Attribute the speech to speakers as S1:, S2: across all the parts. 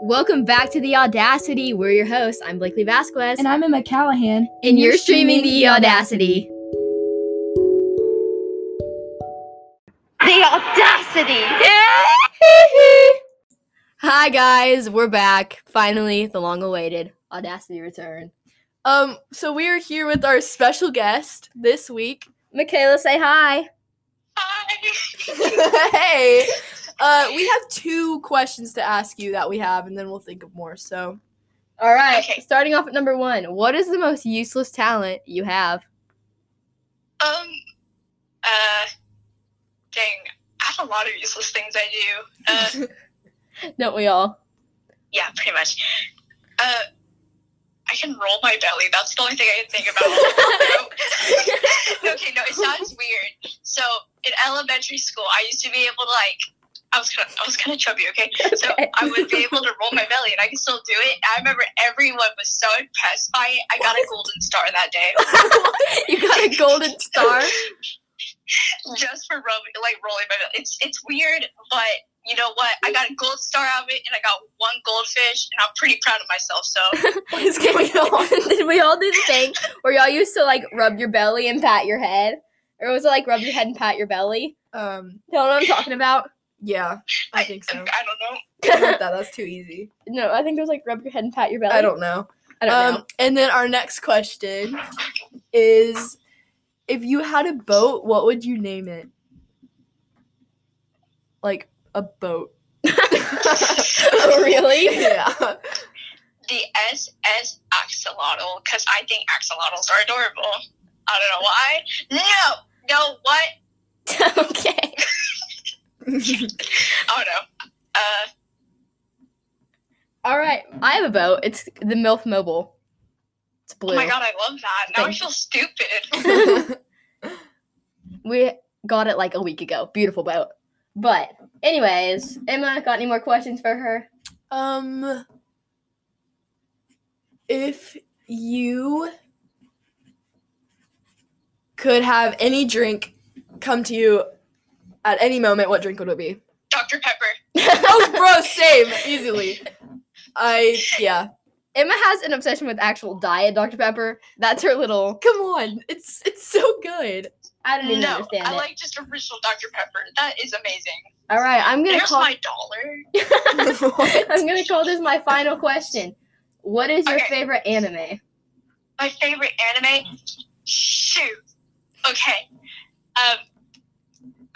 S1: Welcome back to The Audacity. We're your hosts. I'm Blakely Vasquez.
S2: And I'm Emma Callahan.
S1: and you're streaming The Audacity.
S3: The audacity!
S1: Hi, guys. We're back. Finally, the long awaited Audacity return.
S2: Um, so we are here with our special guest this week.
S1: Michaela, say hi.
S2: hey. Uh, we have two questions to ask you that we have, and then we'll think of more. So,
S1: All right.
S3: Okay.
S1: Starting off at number one What is the most useless talent you have?
S3: Um, uh, dang, I have a lot of useless things I do. Uh,
S1: Don't we all?
S3: yeah, pretty much. Uh, I can roll my belly. That's the only thing I can think about. okay, no, it sounds weird. So in elementary school, I used to be able to like. I was kind of, I was kind of chubby, okay? So
S1: Okay.
S3: I would be able to roll my belly, and I can still do it. I remember everyone was so impressed by it. I got a golden star that day.
S1: you got a golden star?
S3: just for rubbing, like rolling my belly. It's it's weird, but you know what? I got a gold star out of it, and I got one goldfish, and I'm pretty proud of myself. So
S2: what is going on?
S1: Did we all do the thing where y'all used to like rub your belly and pat your head? Or was it like rub your head and pat your belly?
S2: Um,
S1: You know what I'm talking about?
S2: yeah, I think so.
S3: I don't know.
S2: I wrote that. That's too easy.
S1: No, I think it was like rub your head and pat your belly.
S2: I don't know.
S1: I don't know.
S2: Um, and then our next question is if you had a boat, what would you name it? Like a boat.
S1: Oh, really?
S2: yeah.
S3: The SS axolotl, because I think axolotls are adorable. I don't know why. No, no, what?
S1: okay.
S3: I don't know. Oh, Uh,
S1: All right. I have a boat. It's the MILF Mobile. It's blue.
S3: oh my god, I love that. Now I
S1: Thank
S3: feel stupid.
S1: We got it like a week ago. Beautiful boat. But, anyways, Emma, got any more questions for her?
S2: um if you could have any drink come to you at any moment, what drink would it be?
S3: Dr. Pepper.
S2: oh bro, same, easily. I yeah.
S1: Emma has an obsession with actual diet Dr. Pepper. That's her little.
S2: Come on. It's it's so good.
S1: I don't even
S3: No,
S1: understand
S3: I
S1: it.
S3: like just original Dr. Pepper. That is amazing.
S1: All right, I'm gonna
S3: There's
S1: call.
S3: my dollar.
S1: I'm gonna call this my final question. What is your
S3: Okay.
S1: favorite anime?
S3: my favorite anime. Shoot. Okay. Um,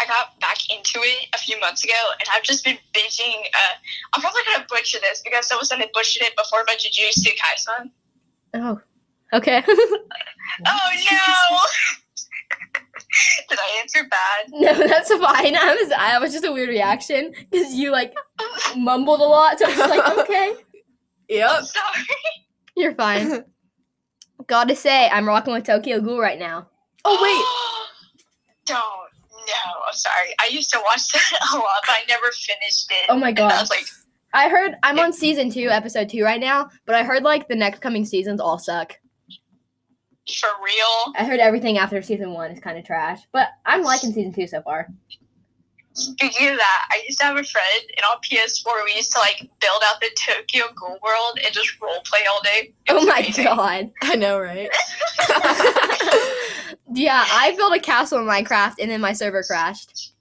S3: I got back into it a few months ago, and I've just been binging. Uh, I'm probably gonna butcher this because someone said they butchered it before, but Jujutsu Kaisen.
S1: Oh, okay.
S3: Oh no! Did I answer bad?
S1: no, that's fine. I was I was just a weird reaction because you like mumbled a lot, so I was just like, okay,
S2: Yep.
S3: Sorry.
S1: you're fine. Gotta say, I'm rocking with Tokyo Ghoul right now.
S2: Oh wait.
S3: Don't. No, I'm sorry. I used to watch that a lot, but I never finished it.
S1: Oh my
S3: And I
S1: god!
S3: was like,
S1: I heard I'm on season two, episode two right now, but I heard like the next coming seasons all suck.
S3: for real?
S1: I heard everything after season one is kind of trash, but I'm liking season two so far.
S3: Speaking of that, I used to have a friend, and on PS4, we used to like build out the Tokyo Ghoul world and just role play all day. It
S1: Oh
S3: was
S1: my
S3: amazing.
S1: god!
S2: I know, right?
S1: Yeah, I built a castle in Minecraft and then my server crashed.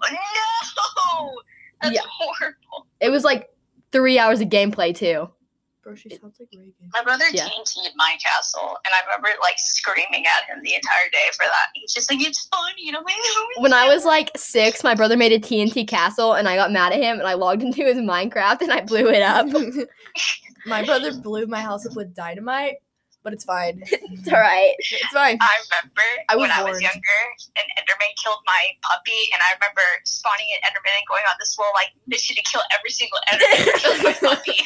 S3: No, that's
S1: Yeah.
S3: horrible.
S1: It was like three hours of gameplay too.
S2: Bro, she sounds like Reagan.
S3: My brother
S1: Yeah.
S3: TNT'd my castle, and I remember like screaming at him the entire day for that. He's just like, "It's funny," you know.
S1: When I was like six, my brother made a TNT castle and I got mad at him and I logged into his Minecraft and I blew it up.
S2: my brother blew my house up with dynamite, but it's fine.
S1: It's all right.
S2: It's fine.
S3: I remember
S2: I was
S3: when I was
S2: warned.
S3: younger, an Enderman killed my puppy, and I remember spawning an Enderman and going on this little like mission to kill every single Enderman that killed my puppy.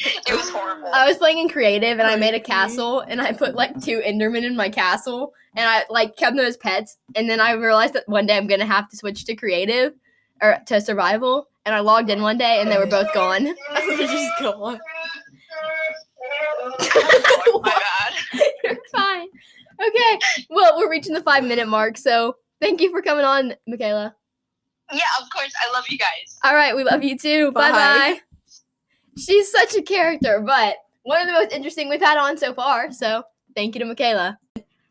S3: it was horrible.
S1: I was playing in creative and I made a castle and I put like two Endermen in my castle and I like kept them as pets. And then I realized that one day I'm gonna have to switch to creative or to survival. And I logged in one day and they were both gone.
S2: They're just gone.
S3: Oh, my bad.
S1: You're fine. Okay. Well, we're reaching the five minute mark, so thank you for coming on, Michaela.
S3: Yeah, of course. I love you guys.
S1: All right, we love you too. Bye
S2: Bye.
S1: bye. She's such a character, but one of the most interesting we've had on so far. So thank you to Michaela.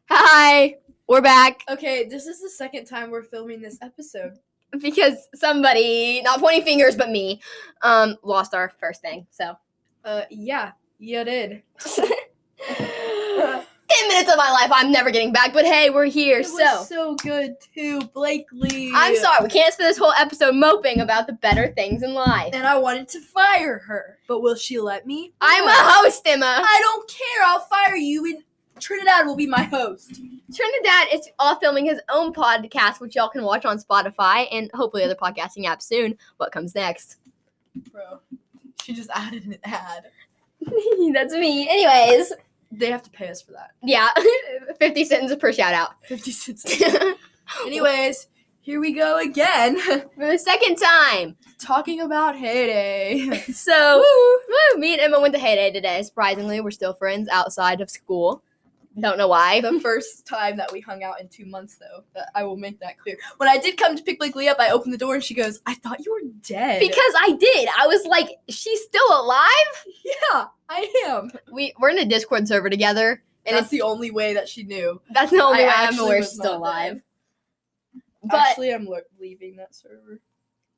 S1: Hi, we're back
S2: Okay, this is the second time we're filming this episode.
S1: because somebody, not pointing fingers, but me, um, lost our first thing. So
S2: Uh, yeah, you did.
S1: ten minutes of my life, I'm never getting back. But hey, we're here.
S2: It
S1: so
S2: was so good too, Blakely.
S1: I'm sorry, we can't spend this whole episode moping about the better things in life.
S2: And I wanted to fire her, but will she let me?
S1: I'm
S2: No.
S1: a host, Emma.
S2: I don't care. I'll fire you, and Trinidad will be my host.
S1: Trinidad is all filming his own podcast, which y'all can watch on Spotify and hopefully other podcasting apps soon. What comes next?
S2: Bro, she just added an ad.
S1: That's me. Anyways,
S2: They have to pay us for that.
S1: yeah, 50 cents per shout out.
S2: Fifty cents.
S1: For
S2: Anyways, here we go again,
S1: the second time.
S2: talking about heyday.
S1: So, woo, me and Emma went to Heyday today. Surprisingly, we're still friends outside of school. Don't know why.
S2: the first time that we hung out in two months, though. That- I will make that clear. When I did come to pick Blakely up, I opened the door and she goes, "I thought you were dead."
S1: Because I did. I was like, she's still alive?
S2: yeah, I am.
S1: We, we're in a Discord server together,
S2: And
S1: and
S2: that's
S1: it's,
S2: the only way that she knew.
S1: that's the only
S2: I
S1: way I'm
S2: actually
S1: aware
S2: was
S1: she's still
S2: not dead.
S1: alive. But
S2: Actually, I'm le- leaving that server.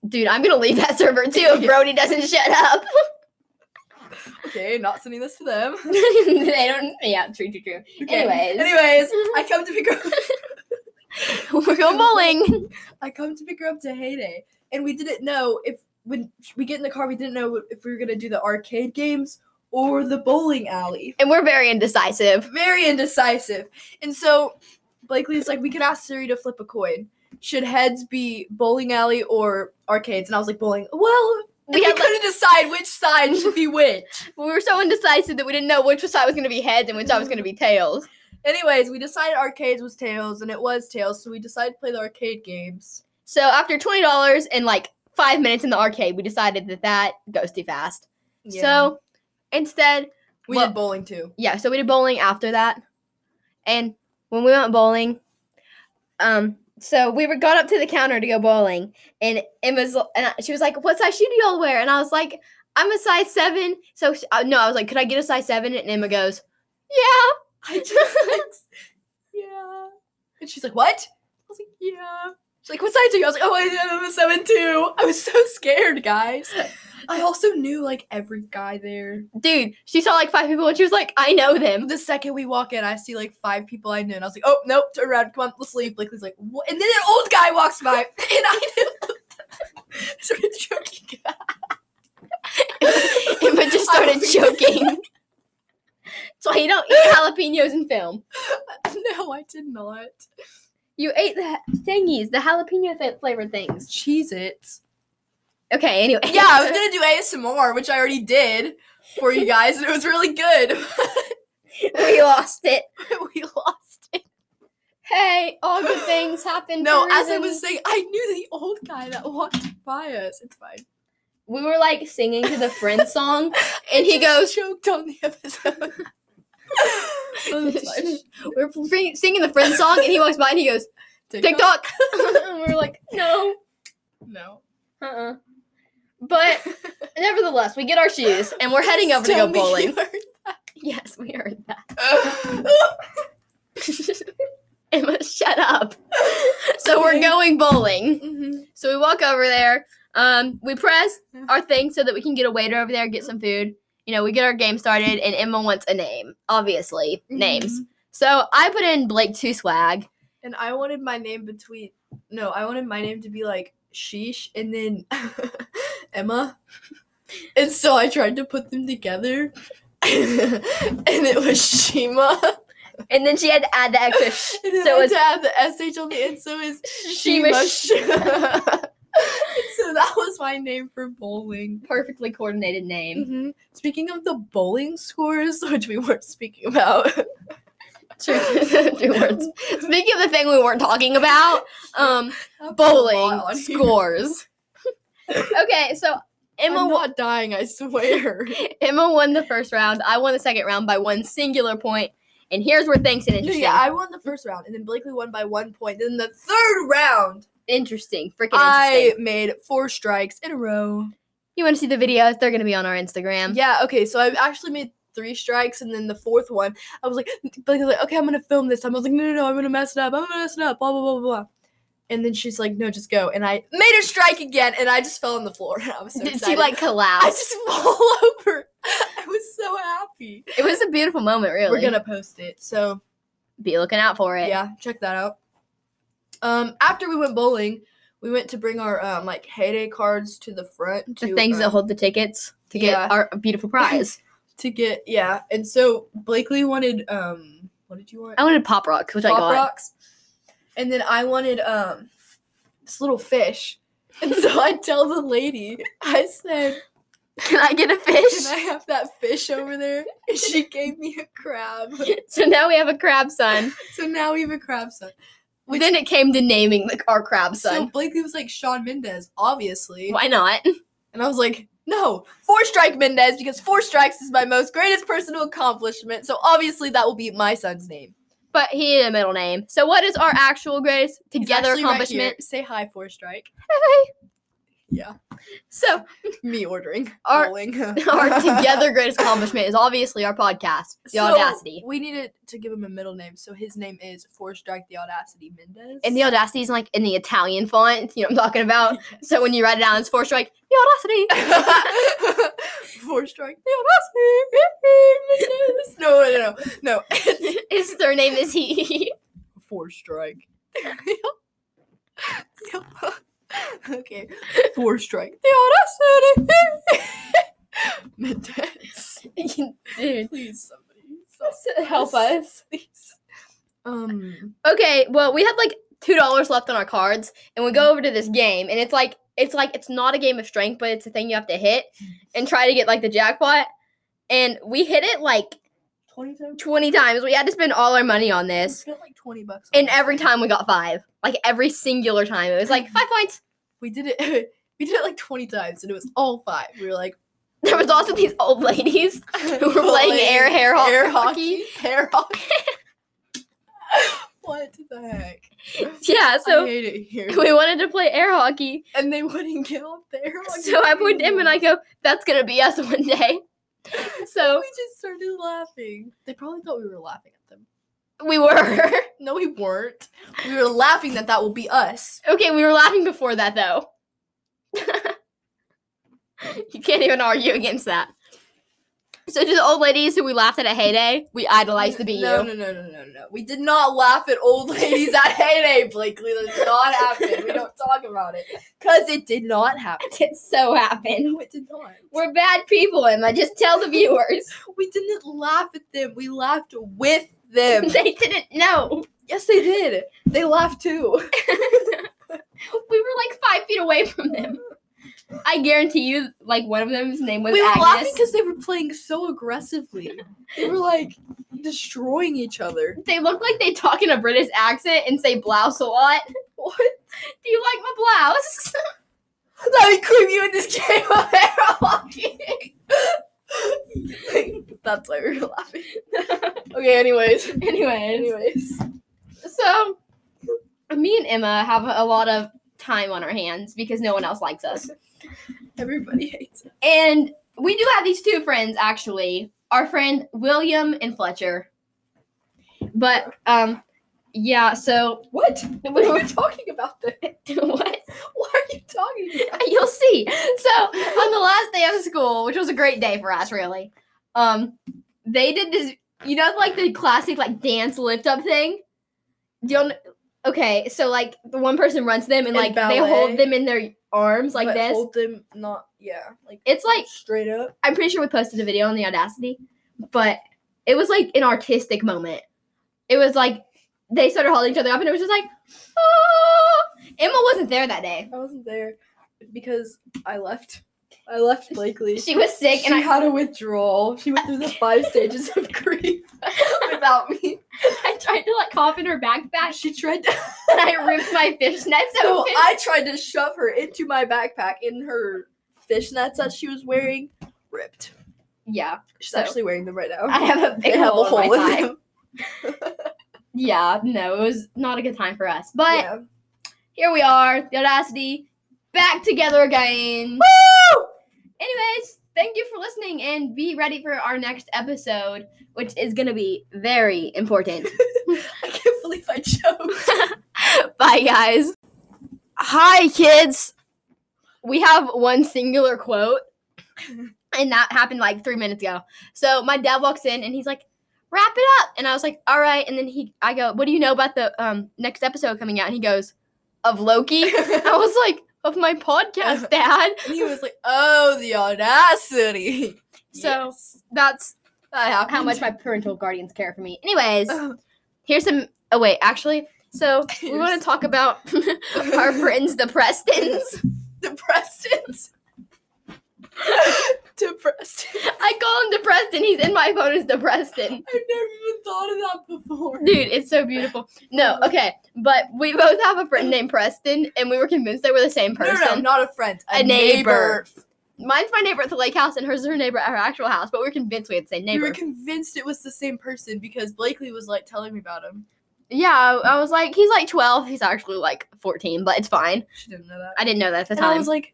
S1: Dude, I'm gonna leave that server too if Brody doesn't shut up.
S2: Okay, not sending this to them.
S1: they don't. Yeah, true, true, true.
S2: Okay.
S1: Anyways.
S2: anyways, I come to pick her. Up,
S1: We're going bowling.
S2: I come to pick her up to Heyday, and we didn't know if when we get in the car, we didn't know if we were gonna do the arcade games or the bowling alley.
S1: And we're very indecisive.
S2: very indecisive. And so Blakely's like, we could ask Siri to flip a coin. Should heads be bowling alley or arcades? And I was like, bowling. Well,
S1: We,
S2: we,
S1: had, like,
S2: couldn't decide which side should be which.
S1: we were so indecisive that we didn't know which side was gonna be heads and which side was gonna be tails.
S2: Anyways, we decided arcades was tails, and it was tails, so we decided to play the arcade games.
S1: So after twenty dollars and like five minutes in the arcade, we decided that that goes too fast. So instead,
S2: we
S1: well-
S2: did bowling too.
S1: yeah, so we did bowling after that. And when we went bowling, um, so we were got up to the counter to go bowling, and Emma's l- and I- she was like, "What size shoe do y'all wear?" And I was like, "I'm a size seven. So sh- uh, no, I was like, "Could I get a size seven? And Emma goes, "Yeah."
S2: I just like, yeah. And she's like, what? I was like, yeah. She's like, what size are you? I was like, oh, I- I'm a seven two. I was so scared, guys. I also knew like every guy there.
S1: Dude, she saw like five people, and she was like, "I know them."
S2: The second we walk in, I see like five people I knew, and I was like, "Oh nope, turn around, come on, let's leave." Blakely's like, "What?" And then an old guy walks by, and I knew. started joking.
S1: Emma just started choking. That's why you don't eat jalapenos in film.
S2: no, I did not.
S1: You ate the ha- thingies, the jalapeno fa- flavored things.
S2: Cheese it.
S1: Okay, anyway.
S2: Yeah, I was gonna do ASMR, which I already did for you guys, and it was really good.
S1: we lost it.
S2: we lost. It.
S1: hey, all good things happen.
S2: No,
S1: for a
S2: as I was
S1: reason.
S2: saying, I knew the old guy that walked by us. It's fine.
S1: we were like singing to the friend song, and he goes,
S2: choked on the episode. Oh, that's fine.
S1: "We're fr- singing the friend song," and he walks by and he goes, "TikTok." and we're like, "No,
S2: No.
S1: uh." uh But nevertheless, we get our shoes and we're heading over to
S2: Tell
S1: go
S2: me you
S1: bowling.
S2: heard
S1: Yes, we heard that.
S2: that.
S1: Emma, shut up. So we're
S2: Okay.
S1: going bowling.
S2: Mm-hmm.
S1: So we walk over there. Um, we press our thing so that we can get a waiter over there, get some food. You know, we get our game started, and Emma wants a name, obviously names.
S2: Mhm.
S1: So I put in Blake Two Swag.
S2: And I wanted my name between. No, I wanted my name to be like Sheesh and then Emma. And so I tried to put them together. and it was Shima.
S1: And then she had to add the extra. Sh-
S2: And then
S1: So
S2: so I
S1: it's-
S2: had to have the SH on the end, so it's
S1: Shima.
S2: Shima. so that was my name for bowling.
S1: perfectly coordinated name.
S2: Mhm. Speaking of the bowling scores, which we weren't speaking about,
S1: True, true words. Speaking of the thing we weren't talking about, um, bowling scores. okay, so Emma
S2: Emma,
S1: wa-
S2: not dying, I swear.
S1: Emma won the first round. I won the second round by one singular point. And here's where things get
S2: No,
S1: interesting.
S2: yeah, I won the first round, and then Blakely won by one point. Then the third round,
S1: interesting, freaking interesting.
S2: I made four strikes in a row.
S1: you want to see the videos, they're gonna be on our Instagram.
S2: Yeah, okay. So I actually made three strikes, and then the fourth one, I was like, I was like, okay, I'm gonna film this time. I was like, no, no, no, I'm gonna mess it up. I'm gonna mess it up. Blah blah blah blah. blah. And then she's like, no, just go. And I made her strike again, and I just fell on the floor. I was so
S1: Did she
S2: excited.
S1: like collapse?
S2: I just fall over. I was so happy.
S1: it was a beautiful moment, really.
S2: We're gonna post it. So
S1: be looking out for it.
S2: yeah, check that out. Um, after we went bowling, we went to bring our um like heyday cards to the front
S1: The
S2: to,
S1: things
S2: um,
S1: that hold the tickets to get
S2: yeah.
S1: our beautiful prize.
S2: to get yeah. And so Blakely wanted um what did you want?
S1: I wanted pop rocks, which I
S2: Pop
S1: got.
S2: rocks. And then I wanted um this little fish. And so I tell the lady, I said,
S1: Can I get a
S2: Can I
S1: fish?
S2: have that fish over there? And she gave me a crab.
S1: so now we have a crab son.
S2: So now we have a crab son. Which-
S1: then it came to naming like our crab
S2: So
S1: son.
S2: Blakely was like Sean Mendez, obviously.
S1: Why not?
S2: And I was like, no, four strike Mendez because four strikes is my most greatest personal accomplishment. So obviously that will be my son's name.
S1: But he had a middle name. So what is our actual grace
S2: He's
S1: together
S2: actually right here.
S1: accomplishment?
S2: Say hi, four strike. Yeah.
S1: so
S2: Me ordering.
S1: Our-
S2: bowling.
S1: our together greatest accomplishment is obviously our podcast, The
S2: So,
S1: Audacity.
S2: We needed to give him a middle name, so his name is Four Strike the Audacity Mendez.
S1: And the audacity is like in the Italian font, you know what I'm talking about. So when you write it down, it's four strike, the audacity.
S2: Four Strike the Audacity Mendez. No, no, no, no. It's
S1: His surname is he.
S2: Four Strike. okay. Four Strike the Audacity Mendez.
S1: Dude,
S2: Please, somebody. somebody,
S1: help us.
S2: Please. Um.
S1: Okay, well, we had like two dollars left on our cards, and we go over to this game, and it's like it's like it's not a game of strength, but it's a thing you have to hit and try to get like the jackpot. And we hit it like
S2: 20 times?
S1: twenty times. We had to spend all our money on
S2: We
S1: this,
S2: spent like 20 bucks. on
S1: and
S2: this
S1: every
S2: thing.
S1: time we got five, like every singular time, it was like five points.
S2: we did it we did it like 20 times and it was all five we were like
S1: There was also these old ladies who were playing air hair ho- hockey.
S2: hair hockey what the heck
S1: Yeah,
S2: I
S1: so
S2: hate it here
S1: we wanted to play air hockey.
S2: and they wouldn't get off the air hockey
S1: So I pointed to him and I
S2: table.
S1: go, "That's gonna be us one day." So
S2: we just started laughing they probably thought we were laughing at them
S1: we were.
S2: no we weren't we were laughing that that will be us
S1: Okay, we were laughing before that though. you can't even argue against that. So to the old ladies who we laughed at at Heyday, we idolized the BU.
S2: no, no, no, no, no, no. We did not laugh at old ladies at heyday, Blakely. That did not happen. We don't talk about it because it did not happen.
S1: It so happened.
S2: No, it did not.
S1: We're bad people, Emma. Just tell the viewers.
S2: We didn't laugh at them. We laughed with them.
S1: they didn't know.
S2: yes, they did. They laughed too.
S1: We were like five feet away from them. I guarantee you, like one of them's name was
S2: we were laughing
S1: Agnes.
S2: because they were playing so aggressively. they were like destroying each other.
S1: they look like they talk in a British accent and say blouse a lot. What? Do you like my blouse?
S2: Let me cream you in this game of air hockey. That's why we were laughing. okay, anyways.
S1: Anyways.
S2: Anyways.
S1: So, me and Emma have a lot of time on our hands because no one else likes us.
S2: Everybody hates it.
S1: And we do have these two friends, actually our friend William and Fletcher. But, um, yeah, so.
S2: What? What are
S1: what?
S2: you talking about then? What are you talking about?
S1: You'll see. So, on the last day of school, which was a great day for us, really, um, they did this, you know, like the classic, like, dance lift up thing? Do you know? Okay, so, like, the one person runs them and,
S2: In
S1: like, they hold
S2: ballet.
S1: them in their arms like
S2: But
S1: this.
S2: Hold them not, yeah. Like,
S1: It's like
S2: straight up.
S1: I'm pretty sure we posted a video on the Audacity, but it was like an artistic moment. It was like they started holding each other up, and it was just like, oh. Emma wasn't there that day.
S2: I wasn't there because I left. I left Blakely.
S1: She was sick,
S2: She
S1: and I,
S2: had a withdrawal. She went through the five stages of grief without me.
S1: I tried to like cough in her backpack,
S2: She tried to.
S1: and I ripped my fishnets
S2: So
S1: open.
S2: I tried to shove her into my backpack in her fishnets that she was wearing. Ripped.
S1: yeah,
S2: She's
S1: So-
S2: actually wearing them right now.
S1: I have a big
S2: They have
S1: hole, in my thigh.
S2: them.
S1: Yeah, no, it was not a good time for us, but
S2: Yeah.
S1: here we are, the Audacity, back together again. Anyways, thank you for listening and be ready for our next episode, which is going to be very important.
S2: I can't believe I choked.
S1: Bye, guys. Hi, kids. We have one singular quote, and that happened like three minutes ago. So my dad walks in and he's like, "Wrap it up," and I was like, "All right." And then he, I go, "What do you know about the um, next episode coming out?" And he goes, "Of Loki." I was like, "Of my podcast, Dad."
S2: And he was like, "Oh, the audacity."
S1: So
S2: Yes,
S1: That's
S2: that happened.
S1: how much my parental guardians care for me. Anyways,
S2: Oh.
S1: here's some. Oh wait, actually, so um, we want to talk about our friends, the Prestons.
S2: the Prestons. the Prestons.
S1: I call him the Preston. He's in my phone as the Preston.
S2: I've never even thought of that before.
S1: Dude, it's so beautiful. No, okay, but we both have a friend named Preston, and we were convinced they were the same person.
S2: No, no, no, not a friend. A,
S1: A neighbor.
S2: neighbor.
S1: Mine's my neighbor at the lake house, and hers is her neighbor at her actual house. But we were convinced we had the same
S2: We
S1: neighbor.
S2: were convinced it was the same person because Blakely was like telling me about him.
S1: yeah, I, I was like, he's like twelve. He's actually like fourteen, but it's fine.
S2: She didn't know that.
S1: I didn't know that at the
S2: and
S1: time.
S2: I was like,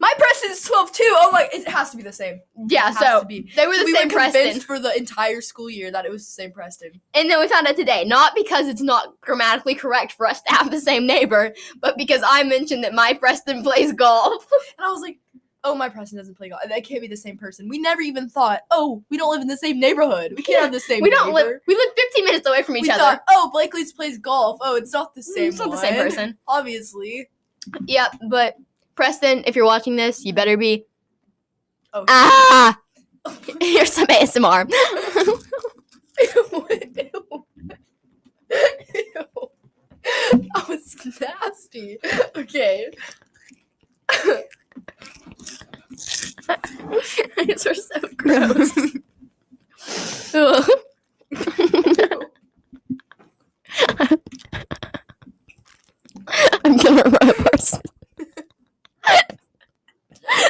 S2: my Preston's 12 too. Oh my, it has to be the same.
S1: yeah,
S2: It has
S1: so
S2: to be.
S1: they were the
S2: we
S1: same
S2: were convinced
S1: Preston.
S2: for the entire school year that it was the same Preston.
S1: And then we found out today, not because it's not grammatically correct for us to have the same neighbor, but because I mentioned that my Preston plays golf.
S2: And I was like, oh, my Preston doesn't play golf. That can't be the same person. We never even thought, oh, we don't live in the same neighborhood. We can't have the same
S1: We don't live
S2: neighbor."
S1: we live 15 minutes away from each
S2: we
S1: other. Mm,
S2: thought, oh, Blakely's plays golf. Oh, it's not the same
S1: it's not the same
S2: one."
S1: person.
S2: Obviously.
S1: Yep, but Preston, if you're watching this, you better be
S2: Oh,
S1: ah. Here's some ASMR.
S2: ew, ew. Ew. That was nasty. Okay.
S1: These are so gross. Ugh. I'm gonna reverse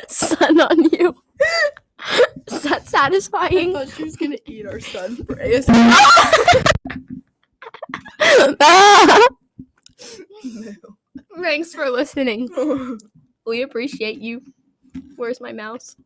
S1: sun on you. Is that
S2: I
S1: satisfying?
S2: thought she was gonna eat our son for ASMR.
S1: Ah! Thanks for listening. We appreciate you. Where's my mouse?